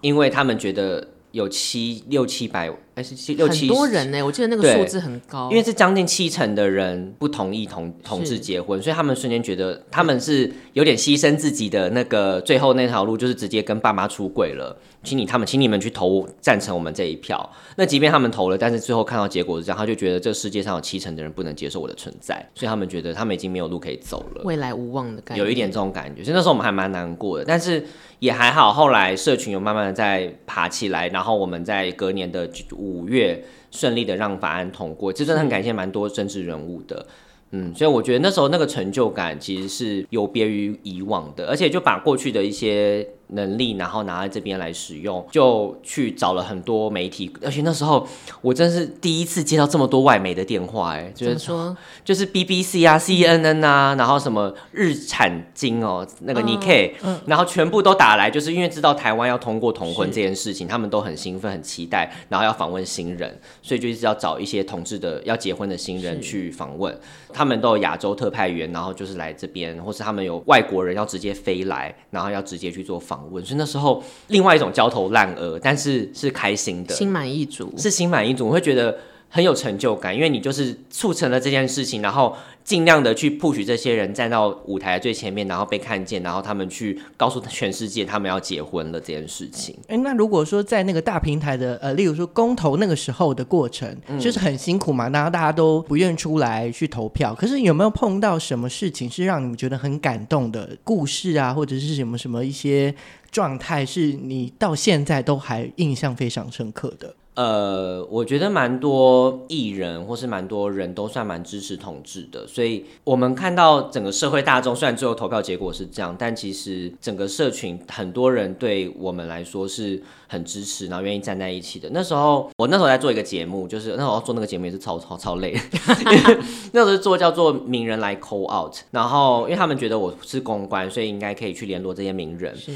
C: 因为他们觉得有七六七百，哎是七六
B: 很
C: 七
B: 多人呢、我记得那个
C: 对
B: 数字很高
C: 因。为是将近七成的人不同意同同志结婚，所以他们瞬间觉得他们是有点牺牲自己的那个最后那条路，就是直接跟爸妈出轨了。请你他们，请你们去投赞成我们这一票。那即便他们投了，但是最后看到结果是这样，他就觉得这世界上有七成的人不能接受我的存在，所以他们觉得他们已经没有路可以走了。
B: 未来无望的概念，
C: 有一点这种感觉，所以那时候我们还蛮难过的，但是也还好。后来社群有慢慢的在爬起来，然后我们在隔年的五月顺利的让法案通过，这真的很感谢蛮多政治人物的。嗯，所以我觉得那时候那个成就感其实是有别于以往的，而且就把过去的一些能力，然后拿来这边来使用，就去找了很多媒体，而且那时候我真是第一次接到这么多外媒的电话、哎，觉
B: 怎
C: 得
B: 么说？
C: 就是 BBC 啊、CNN 啊，然后什么日产经哦，那个 Nikkei，、然后全部都打来，就是因为知道台湾要通过同婚这件事情，他们都很兴奋、很期待，然后要访问新人，所以就一直要找一些同志的要结婚的新人去访问。他们都有亚洲特派员，然后就是来这边，或是他们有外国人要直接飞来，然后要直接去做访问。所以那时候另外一种焦头烂额，但是是开心的，
B: 心满意足，
C: 是心满意足，我会觉得很有成就感，因为你就是促成了这件事情，然后尽量的去 push 这些人站到舞台最前面，然后被看见，然后他们去告诉全世界他们要结婚了这件事情。
A: 哎，那如果说在那个大平台的呃，例如说公投那个时候的过程，
B: 嗯
A: 就是很辛苦嘛，然后大家都不愿出来去投票。可是有没有碰到什么事情是让你们觉得很感动的故事啊，或者是什么什么一些状态，是你到现在都还印象非常深刻的？
C: 呃，我觉得蛮多艺人或是蛮多人都算蛮支持同志的，所以我们看到整个社会大众，虽然最后投票结果是这样，但其实整个社群很多人对我们来说是很支持，然后愿意站在一起的。那时候我那时候在做一个节目，就是那时候做那个节目也是超超超累 的，那时候做叫做名人来 call out，然后因为他们觉得我是公关，所以应该可以去联络这些名人，
B: 是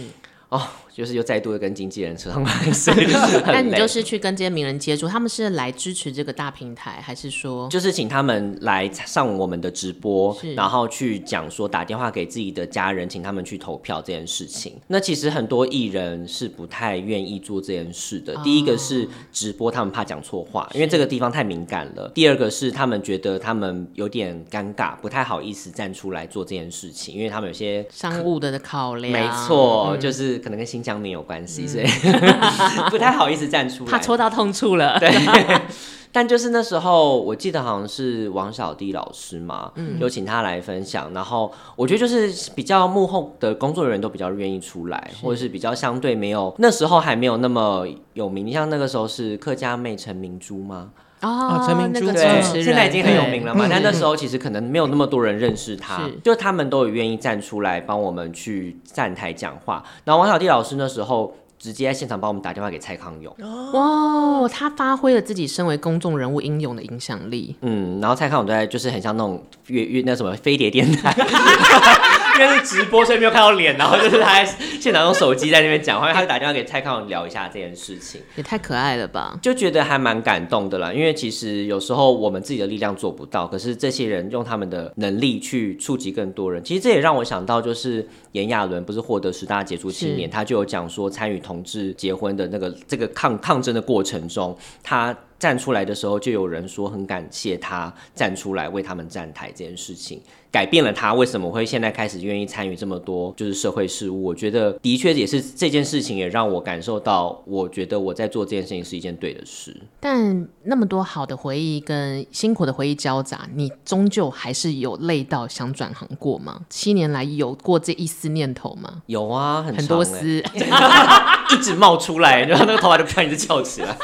C: 哦，就是又再度的跟经纪人扯上 关系，就是
B: 那
C: 很
B: 你
C: 累。
B: 就是去跟这些名人接触，他们是来支持这个大平台，还是说
C: 就是请他们来上我们的直播
B: 是，
C: 然后去讲说打电话给自己的家人，请他们去投票这件事情。那其实很多艺人是不太愿意做这件事的。
B: 哦
C: 第一个是直播，他们怕讲错话，因为这个地方太敏感了；第二个是他们觉得他们有点尴尬，不太好意思站出来做这件事情，因为他们有些
B: 商务的考量？嗯
C: 没错，就是可能跟新疆棉有关系，所以 不太好意思站出来。
B: 怕戳到痛处 了。
C: 但就是那时候，我记得好像是王小弟老师嘛，有请他来分享。然后我觉得就是比较幕后的工作人员都比较愿意出来，或者是比较相对没有那时候还没有那么有名。你像那个时候是客家妹陈明珠吗？
B: 哦
A: 陈明
B: 那
A: 珠
B: 个
A: 对
B: 主持人嗯
C: 现在已经很有名了嘛。
A: 对
C: 但那时候其实可能没有那么多人认识他
B: 是，
C: 就他们都有愿意站出来帮我们去站台讲话。然后王小弟老师那时候直接在现场帮我们打电话给蔡康永。
B: 对哇，他发挥了自己身为公众人物应有的影响力。
C: 嗯，然后蔡康永在就是很像那种越越那什么飞碟电台， 因为是直播，所以没有看到脸，然后就是他在现场用手机在那边讲话，他就打电话给蔡康永聊一下这件事情，
B: 也太可爱了吧！
C: 就觉得还蛮感动的啦。因为其实有时候我们自己的力量做不到，可是这些人用他们的能力去触及更多人，其实这也让我想到，就是炎亚纶不是获得十大杰出青年，他就有讲说参与同志结婚的那个这个抗抗争的过程中，他站出来的时候，就有人说很感谢他站出来为他们站台这件事情，改变了他为什么会现在开始愿意参与这么多就是社会事务。我觉得的确也是这件事情也让我感受到，我觉得我在做这件事情是一件对的事。
B: 但那么多好的回忆跟辛苦的回忆交杂，你终究还是有累到想转行过吗？七年来有过这一丝念头吗？
C: 有啊，很
B: 很多
C: 长欸
B: 丝，
C: 一直冒出来，然后那个头发就突然一直翘起来。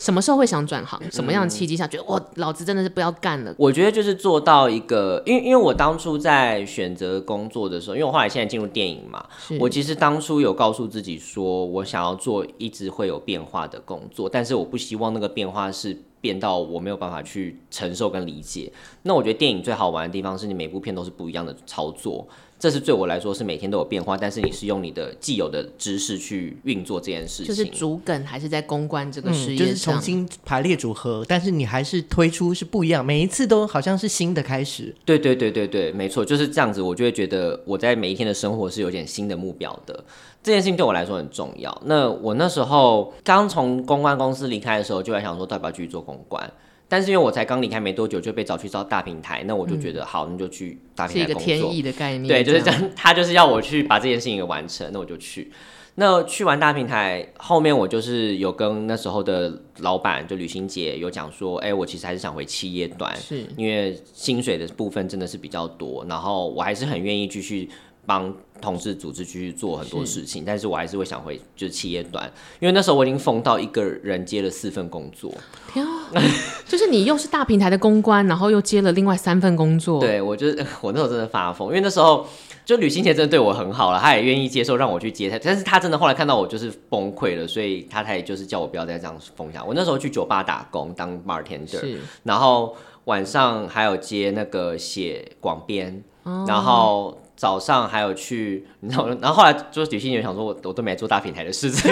B: 什么时候会想转行？什么样的契机下觉
C: 嗯
B: 得我老子真的是不要干了？
C: 我觉得就是做到一个，因为因为我当初在选择工作的时候，因为我后来现在进入电影嘛，
B: 是
C: 我其实当初有告诉自己说，我想要做一直会有变化的工作，但是我不希望那个变化是变到我没有办法去承受跟理解。那我觉得电影最好玩的地方是你每部片都是不一样的操作，这是对我来说是每天都有变化，但是你是用你的既有的知识去运作这件事
B: 就
C: 情。
B: 是主梗还是在公关这个
A: 嗯，
B: 事业
A: 就是
B: 上。
A: 重新排列组合，但是你还是推出是不一样，每一次都好像是新的开始。
C: 对对对对对，没错，就是这样子。我就会觉得我在每一天的生活是有点新的目标的，这件事情对我来说很重要。那我那时候刚从公关公司离开的时候，就在想说，到底要不要继续做公关？但是因为我才刚离开没多久，就被找去到大平台，那我就觉得、好，那就去大
B: 嗯是
C: 平
B: 一
C: 台
B: 个
C: 工
B: 天
C: 作。
B: 意的概念，
C: 对，就是这
B: 这样。
C: 样， 他就是要我去把这件事情给完成，那我就去。那去完大平台后面，我就是有跟那时候的老板，就吕欣杰有讲说，哎、我其实还是想回企业端，
B: 是
C: 因为薪水的部分真的是比较多，然后我还是很愿意继续帮同志组织去做很多事情，但是我还是会想回就是企业端，因为那时候我已经疯到一个人接了四份工作，
B: 天啊，就是 你又是大平台的公关，然后又接了另外三份工作，，
C: 对我就是我那时候真的发疯，因为那时候就吕欣杰真的对我很好了，他也愿意接受让我去接他，但是他真的后来看到我就是崩溃了，所以他才就是叫我不要再这样疯下去。我那时候去酒吧打工当 bartender，
B: 是
C: 然后晚上还有接那个写广编，然后早上还有去，然后然后后来就是女性也想说我，我都没做大平台的事情，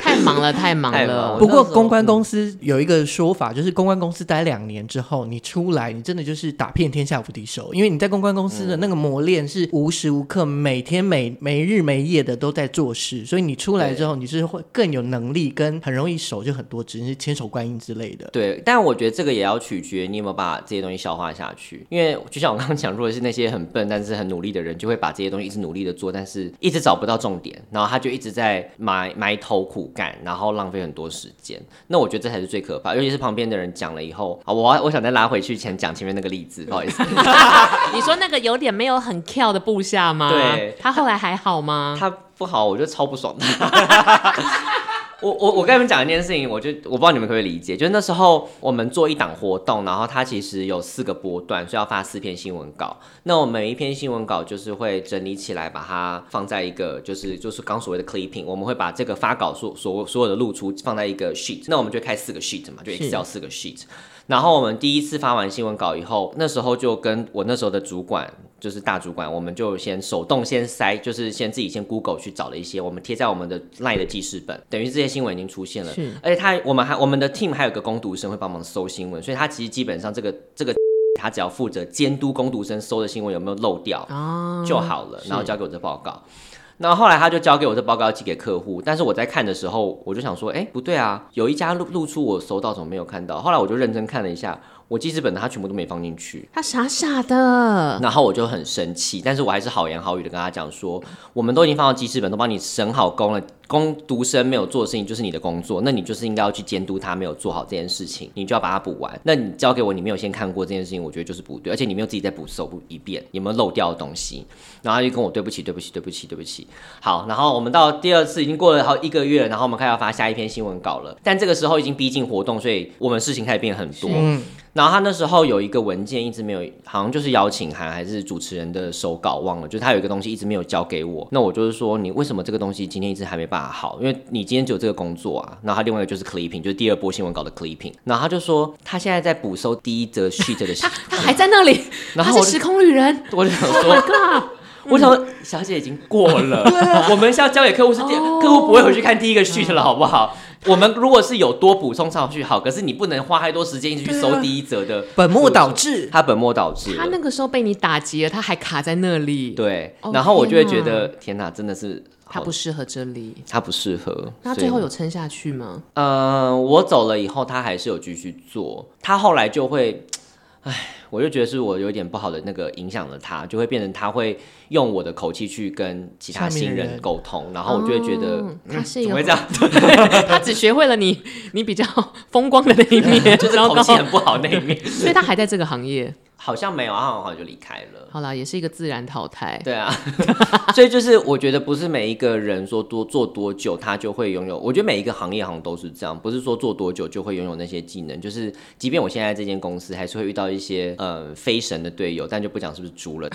B: 太忙了，太忙
C: 太忙
B: 了
C: 了。
A: 不过
C: 那时候
A: 公关公司有一个说法，就是公关公司待两年之后，你出来，你真的就是打遍天下无敌手，因为你在公关公司的那个磨练是无时无刻、每天每每日没夜的都在做事，所以你出来之后，你是会更有能力，跟很容易手就很多只，你是千手观音之类的。
C: 对，但我觉得这个也要取决你有没有把这些东西消化下去，因为就像我刚刚讲，如果是那些很笨但是很努力的人，就会把这些东西一直努力的做，但是一直找不到重点，然后他就一直在埋埋头苦干，然后浪费很多时间。那我觉得这才是最可怕，尤其是旁边的人讲了以后，啊，我我想再拉回去前讲前面那个例子，不好意思，
B: 你说那个有点没有很跳的部下吗？
C: 对
B: 他后来还好吗？
C: 他不好，我就超不爽他。 我我我跟你们讲一件事情，我就我不知道你们可不可以理解，就是那时候我们做一档活动，然后它其实有四个波段，所以要发四篇新闻稿。那我每一篇新闻稿就是会整理起来，把它放在一个就是就是刚所谓的 clipping，我们会把这个发稿所所所有的露出放在一个 sheet，那我们就开四个 sheet 嘛，就是 Excel 四个 sheet。然后我们第一次发完新闻稿以后，那时候就跟我那时候的主管，就是大主管，我们就先手动先塞，就是先自己先 Google 去找了一些，我们贴在我们的 LINE 的记事本，等于这些新闻已经出现了。
A: 是
C: 而且他我们还我们的 team 还有个攻读生会帮忙搜新闻，所以他其实基本上这个这个他只要负责监督攻读生搜的新闻有没有漏掉
B: 啊，
C: 就好了，
A: 是
C: 然后交给我这报告。那后来他就交给我这报告寄给客户，但是我在看的时候，我就想说，哎，不对啊，有一家露露出我收到，怎么没有看到？后来我就认真看了一下，我记事本的他全部都没放进去。
B: 他傻傻的，
C: 然后我就很生气，但是我还是好言好语的跟他讲说，我们都已经放到记事本，都帮你审好工了，工读生没有做的事情就是你的工作，那你就是应该要去监督他没有做好这件事情，你就要把它补完。那你交给我，你没有先看过这件事情，我觉得就是不对，而且你没有自己再补手补一遍，有没有漏掉的东西？然后他就跟我对不起，对不起，对不起，对不起。好，然后我们到第二次已经过了好一个月了，然后我们开始要发下一篇新闻稿了，但这个时候已经逼近活动，所以我们事情开始变很多。
A: 嗯，
C: 然后他那时候有一个文件一直没有，好像就是邀请函还是主持人的手稿忘了，就是他有一个东西一直没有交给我。那我就是说，你为什么这个东西今天一直还没办法好？因为你今天只有这个工作啊。然后他另外一个就是 clipping，就是第二波新闻稿的 clipping。然后他就说他现在在补收第一则 sheet 的
B: 他他还在那里，
C: 然
B: 他
C: 后我
B: 是
C: 就
B: 时空旅人。
C: 我就
A: Oh
C: 想说我想说，小姐已经过 了，我们是要交给客户是第，
A: 哦
C: 客户不会回去看第一个 sheet 了，好不好？我们如果是有多补充上去好，可是你不能花太多时间一直去
A: 对
C: 搜
A: 啊
C: 第一则的，
A: 本末倒置。
C: 他本末倒置了。
B: 他那个时候被你打击了，他还卡在那里，
C: 对
B: 哦，
C: 然后我就会觉
B: 天哪
C: 得天哪，真的是
B: 他
C: 好
B: 不适合这里。
C: 他不适合。
B: 那
C: 所以
B: 最后有撑下去吗？
C: 呃，我走了以后，他还是有继续做，他后来就会，唉，我就觉得是我有点不好的那个影响了他，就会变成他会用我的口气去跟其他
A: 下面
C: 新
A: 的
C: 人
A: 人
C: 沟通，然后我就会觉
B: 嗯
C: 得、嗯
B: 哦他是一
C: 怎
B: 个
C: 么会这样，
B: 他只学会了你你比较风光的那一面，
C: 就是
B: 然后
C: 口
B: 刚
C: 气
B: 好
C: 很不好那 一面，
B: 所以他还在这个行业。
C: 好像没有，他好像就离开了。
B: 好啦，也是一个自然淘汰。
C: 对啊， 所以就是我觉得不是每一个人说多做多久他就会拥有，我觉得每一个行业好像都是这样，不是说做多久就会拥有那些技能。就是即便我现在这间公司还是会遇到一些呃非神的队友，但就不讲是不是猪 了。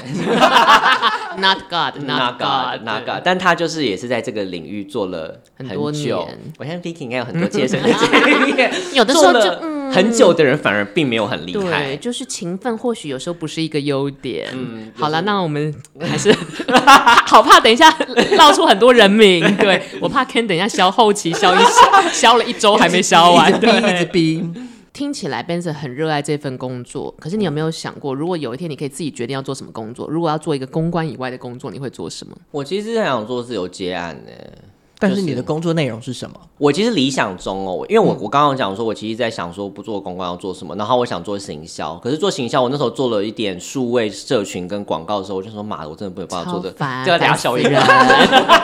B: Not God,
C: Naga
B: not God,
C: 那个，但他就是也是在这个领域做了
B: 很
C: 久
B: 多年。
C: 我相信 Vicky 应该有很多 接生的经验，
B: 有的时候
C: 做
B: 就嗯
C: 了很久的人反而并没有很厉
B: 对，
C: 害。
B: 就是勤奋，或许有时候不是一个优点。
C: 嗯
B: 好了，那我们还是 好怕等一下闹出很多人名。对我怕 Ken 等一下消后期消一消，消了一周还没消完。
A: 一直逼，一直
B: 对，
A: 逼，
B: 听起来 Benson 很热爱这份工作，可是你有没有想过，如果有一天你可以自己决定要做什么工作，如果要做一个公关以外的工作，你会做什么？
C: 我其实很想做自由接案呢、
A: 但是你的工作内容是什么？
C: 我其实理想中哦，因为我我刚刚讲说，我其实在想说不做公关要做什么，然后我想做行销，可是做行销，我那时候做了一点数位社群跟广告的时候，我就说妈的，我真的没有办法做
B: 超
C: 这个，
B: 烦，
C: 这个俩
B: 烦
C: 小
B: 死
C: 一
B: 人
C: 个。，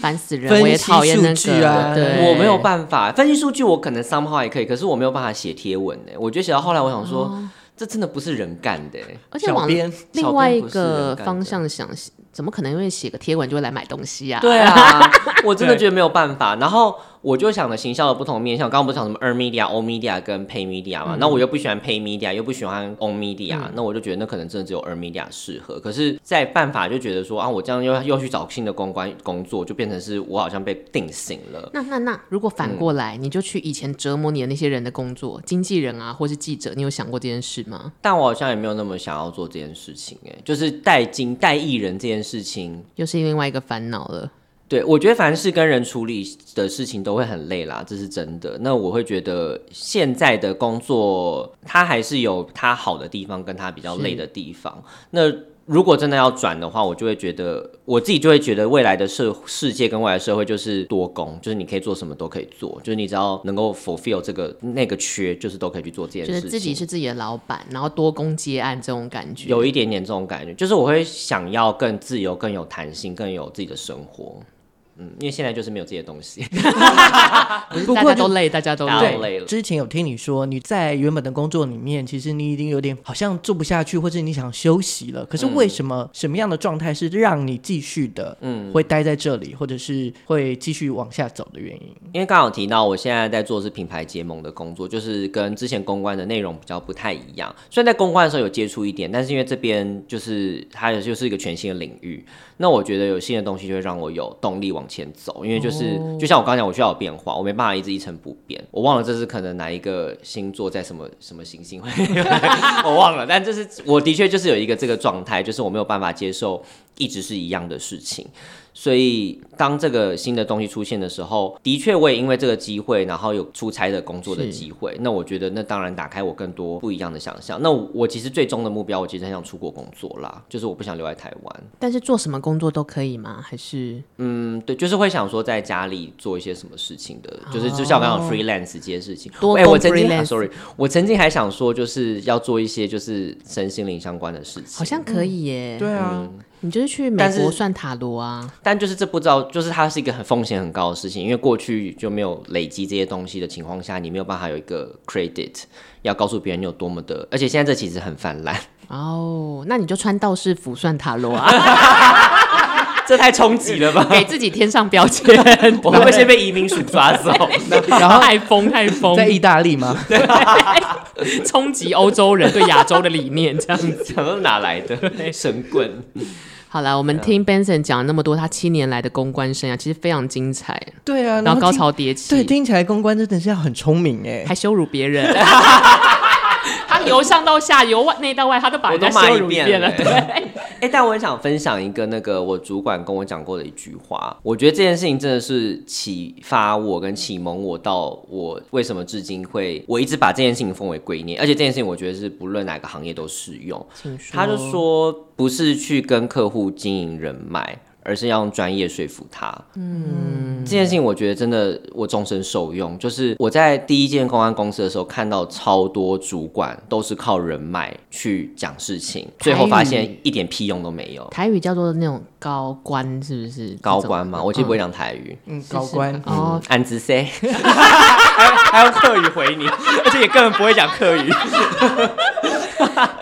B: 烦死人！
A: 分
B: 我也
A: 析
B: 讨厌那
A: 数据
B: 个，
A: 啊
B: 对，
C: 我没有办法分析数据，我可能 somehow 也可以，可是我没有办法写贴文呢。我觉得写到后来，我想说，这真的不是人干的欸。
B: 而且
A: 小
B: 往
A: 编
B: 另外一
C: 小编不是人
B: 个
C: 干的
B: 方向想，怎么可能因为写个贴文就会来买东西啊？
C: 对啊，我真的觉得没有办法。然后我就想了行销的不同面向，刚刚不是讲什么 earn media、o media 跟 pay media 嘛？那我又不喜欢 pay media，又不喜欢 o media，、那我就觉得那可能真的只有 earn media 适合。可是，在办法就觉得说啊，我这样又又去找新的公关工作，就变成是我好像被定型了。
B: 那那那，如果
C: 嗯
B: 反过来，你就去以前折磨你的那些人的工作，经纪人啊，或是记者，你有想过这件事吗？
C: 但我好像也没有那么想要做这件事情、哎，就是带金带艺人这件事情，
B: 又是另外一个烦恼了。
C: 对，我觉得凡是跟人处理的事情都会很累啦，这是真的。那我会觉得现在的工作，它还是有它好的地方，跟它比较累的地方。那如果真的要转的话，我就会觉得我自己就会觉得未来的社世界跟未来的社会就是多工，就是你可以做什么都可以做，就是你只要能够 fulfill 这个那个缺，就是都可以去做这件
B: 觉
C: 事
B: 得
C: 情。
B: 自己是自己的老板，然后多工接案这种感觉。
C: 有一点点这种感觉，就是我会想要更自由、更有弹性、更有自己的生活。嗯，因为现在就是没有这些东西，
A: 不
B: 大
A: 过就
B: 家都累，大家都
C: 大家
B: 累
C: 都。累了。
A: 之前有听你说，你在原本的工作里面，其实你已经有点好像做不下去，或者你想休息了。可是
B: 嗯
A: 为什么、什么样的状态是让你继续的，嗯，会待在这里，或者是会继续往下走的原因？
C: 因为刚好提到我现在在做的是品牌结盟的工作，就是跟之前公关的内容比较不太一样。虽然在公关的时候有接触一点，但是因为这边就是它也就是一个全新的领域，那我觉得有新的东西就会让我有动力往往前走，因为就是、就像我刚讲，我需要有变化，我没办法一直一成不变。我忘了这是可能哪一个星座在什么什么行星会， 我忘了，但就是我的确就是有一个这个状态，就是我没有办法接受一直是一样的事情。所以，当这个新的东西出现的时候，的确我也因为这个机会，然后有出差的工作的
A: 是
C: 机会。那我觉得，那当然打开我更多不一样的想象。那我我其实最终的目标，我其实很想出国工作啦，就是我不想留在台湾。
B: 但是做什么工作都可以吗？还是
C: 嗯，对，就是会想说在家里做一些什么事情的，就是就像我刚刚 freelance 这些事情。
B: 哦多
C: 哎、
B: 工
C: 我曾经、啊
B: freelance
C: sorry，我曾经还想说，就是要做一些就是身心灵相关的事情。
B: 好像可以耶？
A: 对啊，
B: 你就是去美
C: 嗯但是
B: 国算塔罗啊，
C: 但就是这不知道，就是它是一个很风险很高的事情，因为过去就没有累积这些东西的情况下，你没有办法有一个 credit 要告诉别人你有多么的，而且现在这其实很泛滥，
B: 哦，那你就穿道士服算塔罗啊，
C: 这太冲击了吧？
B: 给自己添上标签，
C: 我会不会先被移民署抓走？
A: 然后
B: 太疯太疯，
A: 在意大利吗？
B: 嗯冲击欧洲人对亚洲的理念这样子。
C: 想说哪来的神棍？
B: 好了，我们听 Benson 讲了那么多他七年来的公关生涯，其实非常精彩，
A: 对啊，
B: 然后
A: 听
B: 高潮迭起，
A: 对，听起来公关真的是要很聪明哎。
B: 还羞辱别人。 他由上到下，由外内到外，他都把
C: 我
B: 人
C: 都
B: 家
C: 骂
B: 羞
C: 一
B: 辱一
C: 遍
B: 遍
C: 了
B: 了。
C: 欸。哎、但我很想分享一个那个我主管跟我讲过的一句话，我觉得这件事情真的是启发我跟启蒙我到我为什么至今会我一直把这件事情奉为圭臬，而且这件事情我觉得是不论哪个行业都适用。
B: 请说
C: 他就说不是去跟客户经营人脉，而是要用专业说服他。嗯，这件事情我觉得真的我终身受用。就是我在第一间公安公司的时候，看到超多主管都是靠人脉去讲事情，最后发
B: 台
C: 现一点屁用都没有。
B: 台语叫做那种高官，是不是？
C: 高官嘛，我其实不会
B: 嗯
C: 讲台语。
A: 嗯，高官
B: 是哦
C: 嗯，安子 C，还 还用客语回你，而且也根本不会讲客语。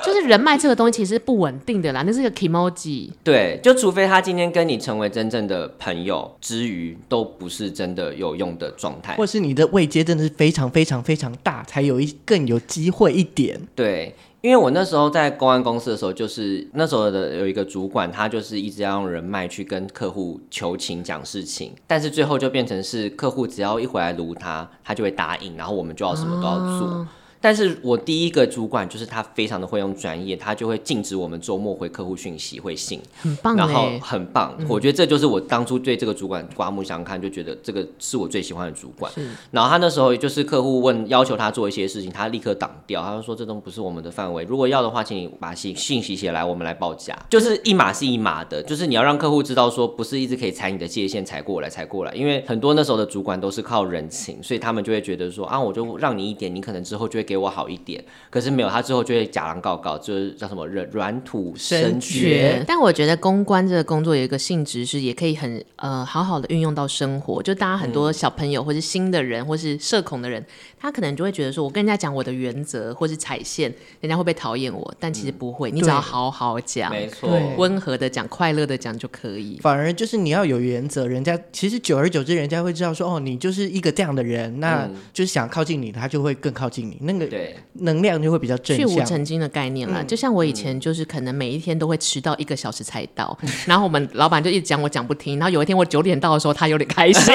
B: 就是人脉这个东西其实不稳定的啦，那是一个 emoji。
C: 对，就除非他今天跟你成为真正的朋友之余，都不是真的有用的状态。
A: 或是你的位阶真的是非常非常非常大，才有一更有机会一点。
C: 对，因为我那时候在公安公司的时候，就是那时候的有一个主管，他就是一直要用人脉去跟客户求情讲事情，但是最后就变成是客户只要一回来撸他，他就会答应，然后我们就要什么都要做。
A: 哦
C: 但是我第一个主管就是他非常的会用专业，他就会禁止我们周末回客户讯息、回信，
B: 很棒
C: 然后
B: 哎，
C: 很棒。我觉得这就是我当初对这个主管刮目相看，就觉得这个是我最喜欢的主管。
B: 是
C: 然后他那时候就是客户问要求他做一些事情，他立刻挡掉，他就说这都不是我们的范围，如果要的话，请你把信信息写来，我们来报价。就是一码是一码的，就是你要让客户知道说不是一直可以踩你的界限踩过来踩过来，因为很多那时候的主管都是靠人情，所以他们就会觉得说啊，我就让你一点，你可能之后就会给我好一点，可是没有，他之后就会假狼告告，就是叫什么软软土生
A: 生
C: 绝。
B: 但我觉得公关这个工作有一个性质是，也可以很呃好好的运用到生活。就大家很多小朋友，或是新的人，或是社恐的人，他可能就会觉得说，我跟人家讲我的原则，或是踩线，人家会不会讨厌我？但其实不会，你只要好好讲，
C: 没错，
A: 对
B: 温和的讲，快乐的讲就可以。
A: 反而就是你要有原则，人家其实久而久之，人家会知道说，哦，你就是一个这样的人，那
C: 嗯
A: 就是想靠近你，他就会更靠近你，那个
C: 对，
A: 能量就会比较正
B: 去无
A: 向。
B: 成精的概念啦，就像我以前就是可能每一天都会迟到一个小时才到，然后我们老板就一直讲我讲不听，然后有一天我九点到的时候，他有点开心，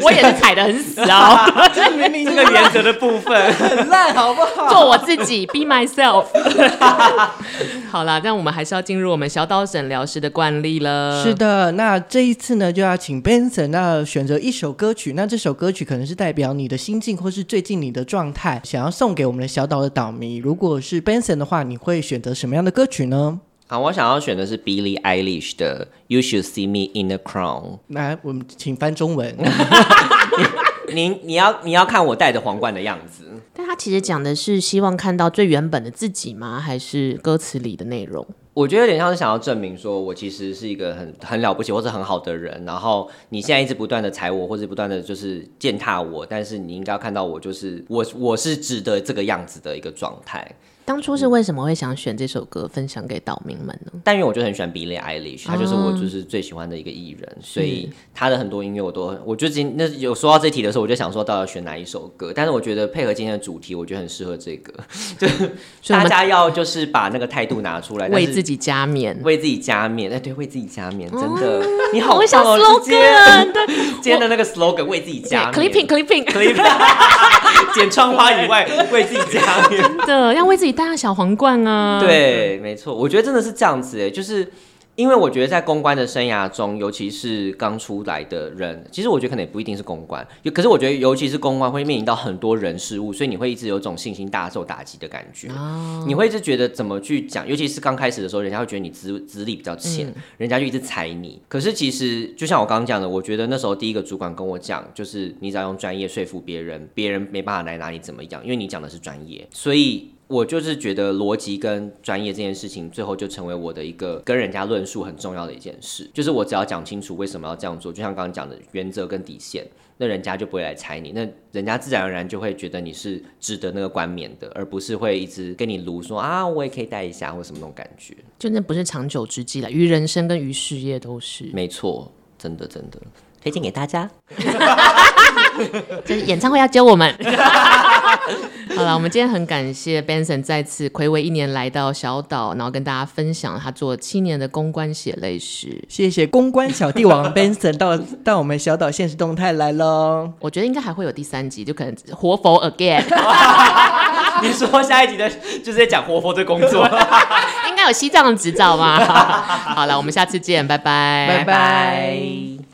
B: 我也是踩得很死哦。
A: 这明明
C: 这个原则的部分。
A: 很烂，好不好？
B: 做我自己，be myself。好啦，但我们还是要进入我们小岛诊疗师的惯例了。
A: 是，的，那这一次呢，就要请 Benson 那选择一首歌曲，那这首歌曲可能是代表你的心境，或是最近你的状态，想要送给我们的小岛的岛迷。如果是 Benson 的话，你会选择什么样的歌曲呢？
C: 好，我想要选的是 Billie Eilish 的《You Should See Me in the Crown
A: 来，我们请翻中文。
C: 你》你要你要看我戴着皇冠的样子，
B: 但他其实讲的是希望看到最原本的自己吗？还是歌词里的内容？
C: 我觉得有点像是想要证明说我其实是一个很很了不起或者很好的人。然后你现在一直不断的踩我，或者不断的就是践踏我，但是你应该要看到我就是我我是值得这个样子的一个状态。
B: 当初是为什么会想选这首歌分享给岛民们呢？
C: 但因为我就很喜欢 Billie Eilish，她就是
B: 哦
C: 我就是最喜欢的一个艺人，所以她的很多音乐我都很，我就今那有说到这题的时候，我就想说到底要选哪一首歌，但是我觉得配合今天的主题，我觉得很适合这 个，
B: 所以我
C: 大
B: 们
C: 家要就是把那个态度拿出来，哎但
B: 为
C: 是
B: 自己加冕。
C: 为自己加冕，哎，对，为自己加冕，真的，你好
B: 我想
C: 棒哦直接
B: slogan，对
C: 今天的那个 slogan 为自己加冕
B: ，clipping clipping，
C: clipping，剪 窗花以外为自己加冕。
B: 真的要为自己戴上小皇冠啊。，
C: 对，没错，我觉得真的是这样子诶，就是因为我觉得在公关的生涯中，尤其是刚出来的人，其实我觉得可能也不一定是公关，有可是我觉得尤其是公关会面临到很多人事物，所以你会一直有种信心大受打击的感觉。你会一直觉得怎么去讲，尤其是刚开始的时候，人家会觉得你资资历比较浅，人家就一直踩你。可是其实就像我刚刚讲的，我觉得那时候第一个主管跟我讲，就是你只要用专业说服别人，别人没办法来拿你怎么样，因为你讲的是专业，所以。我就是觉得逻辑跟专业这件事情，最后就成为我的一个跟人家论述很重要的一件事。就是我只要讲清楚为什么要这样做，就像刚刚讲的原则跟底线，那人家就不会来踩你，那人家自然而然就会觉得你是值得那个冠冕的，而不是会一直跟你撸说啊，我也可以戴一下或什么那种感觉。
B: 就那不是长久之计了，于人生跟于事业都是。
C: 没错，真的真的推荐给大家。
B: 就是演唱会要揪我们。 好了，我们今天很感谢 Benson 再次暌违一年来到小岛，然后跟大家分享他做七年的公关血泪史。
A: 谢谢公关小帝王 Benson 到到我们小岛现实动态来喽。
B: 我觉得应该还会有第三集，就可能活佛 again，
C: 你说下一集的就是在讲活佛的工 作，
B: 应该有西藏的执照吧。好了，我们下次见，拜
A: 拜
B: 拜，
A: 拜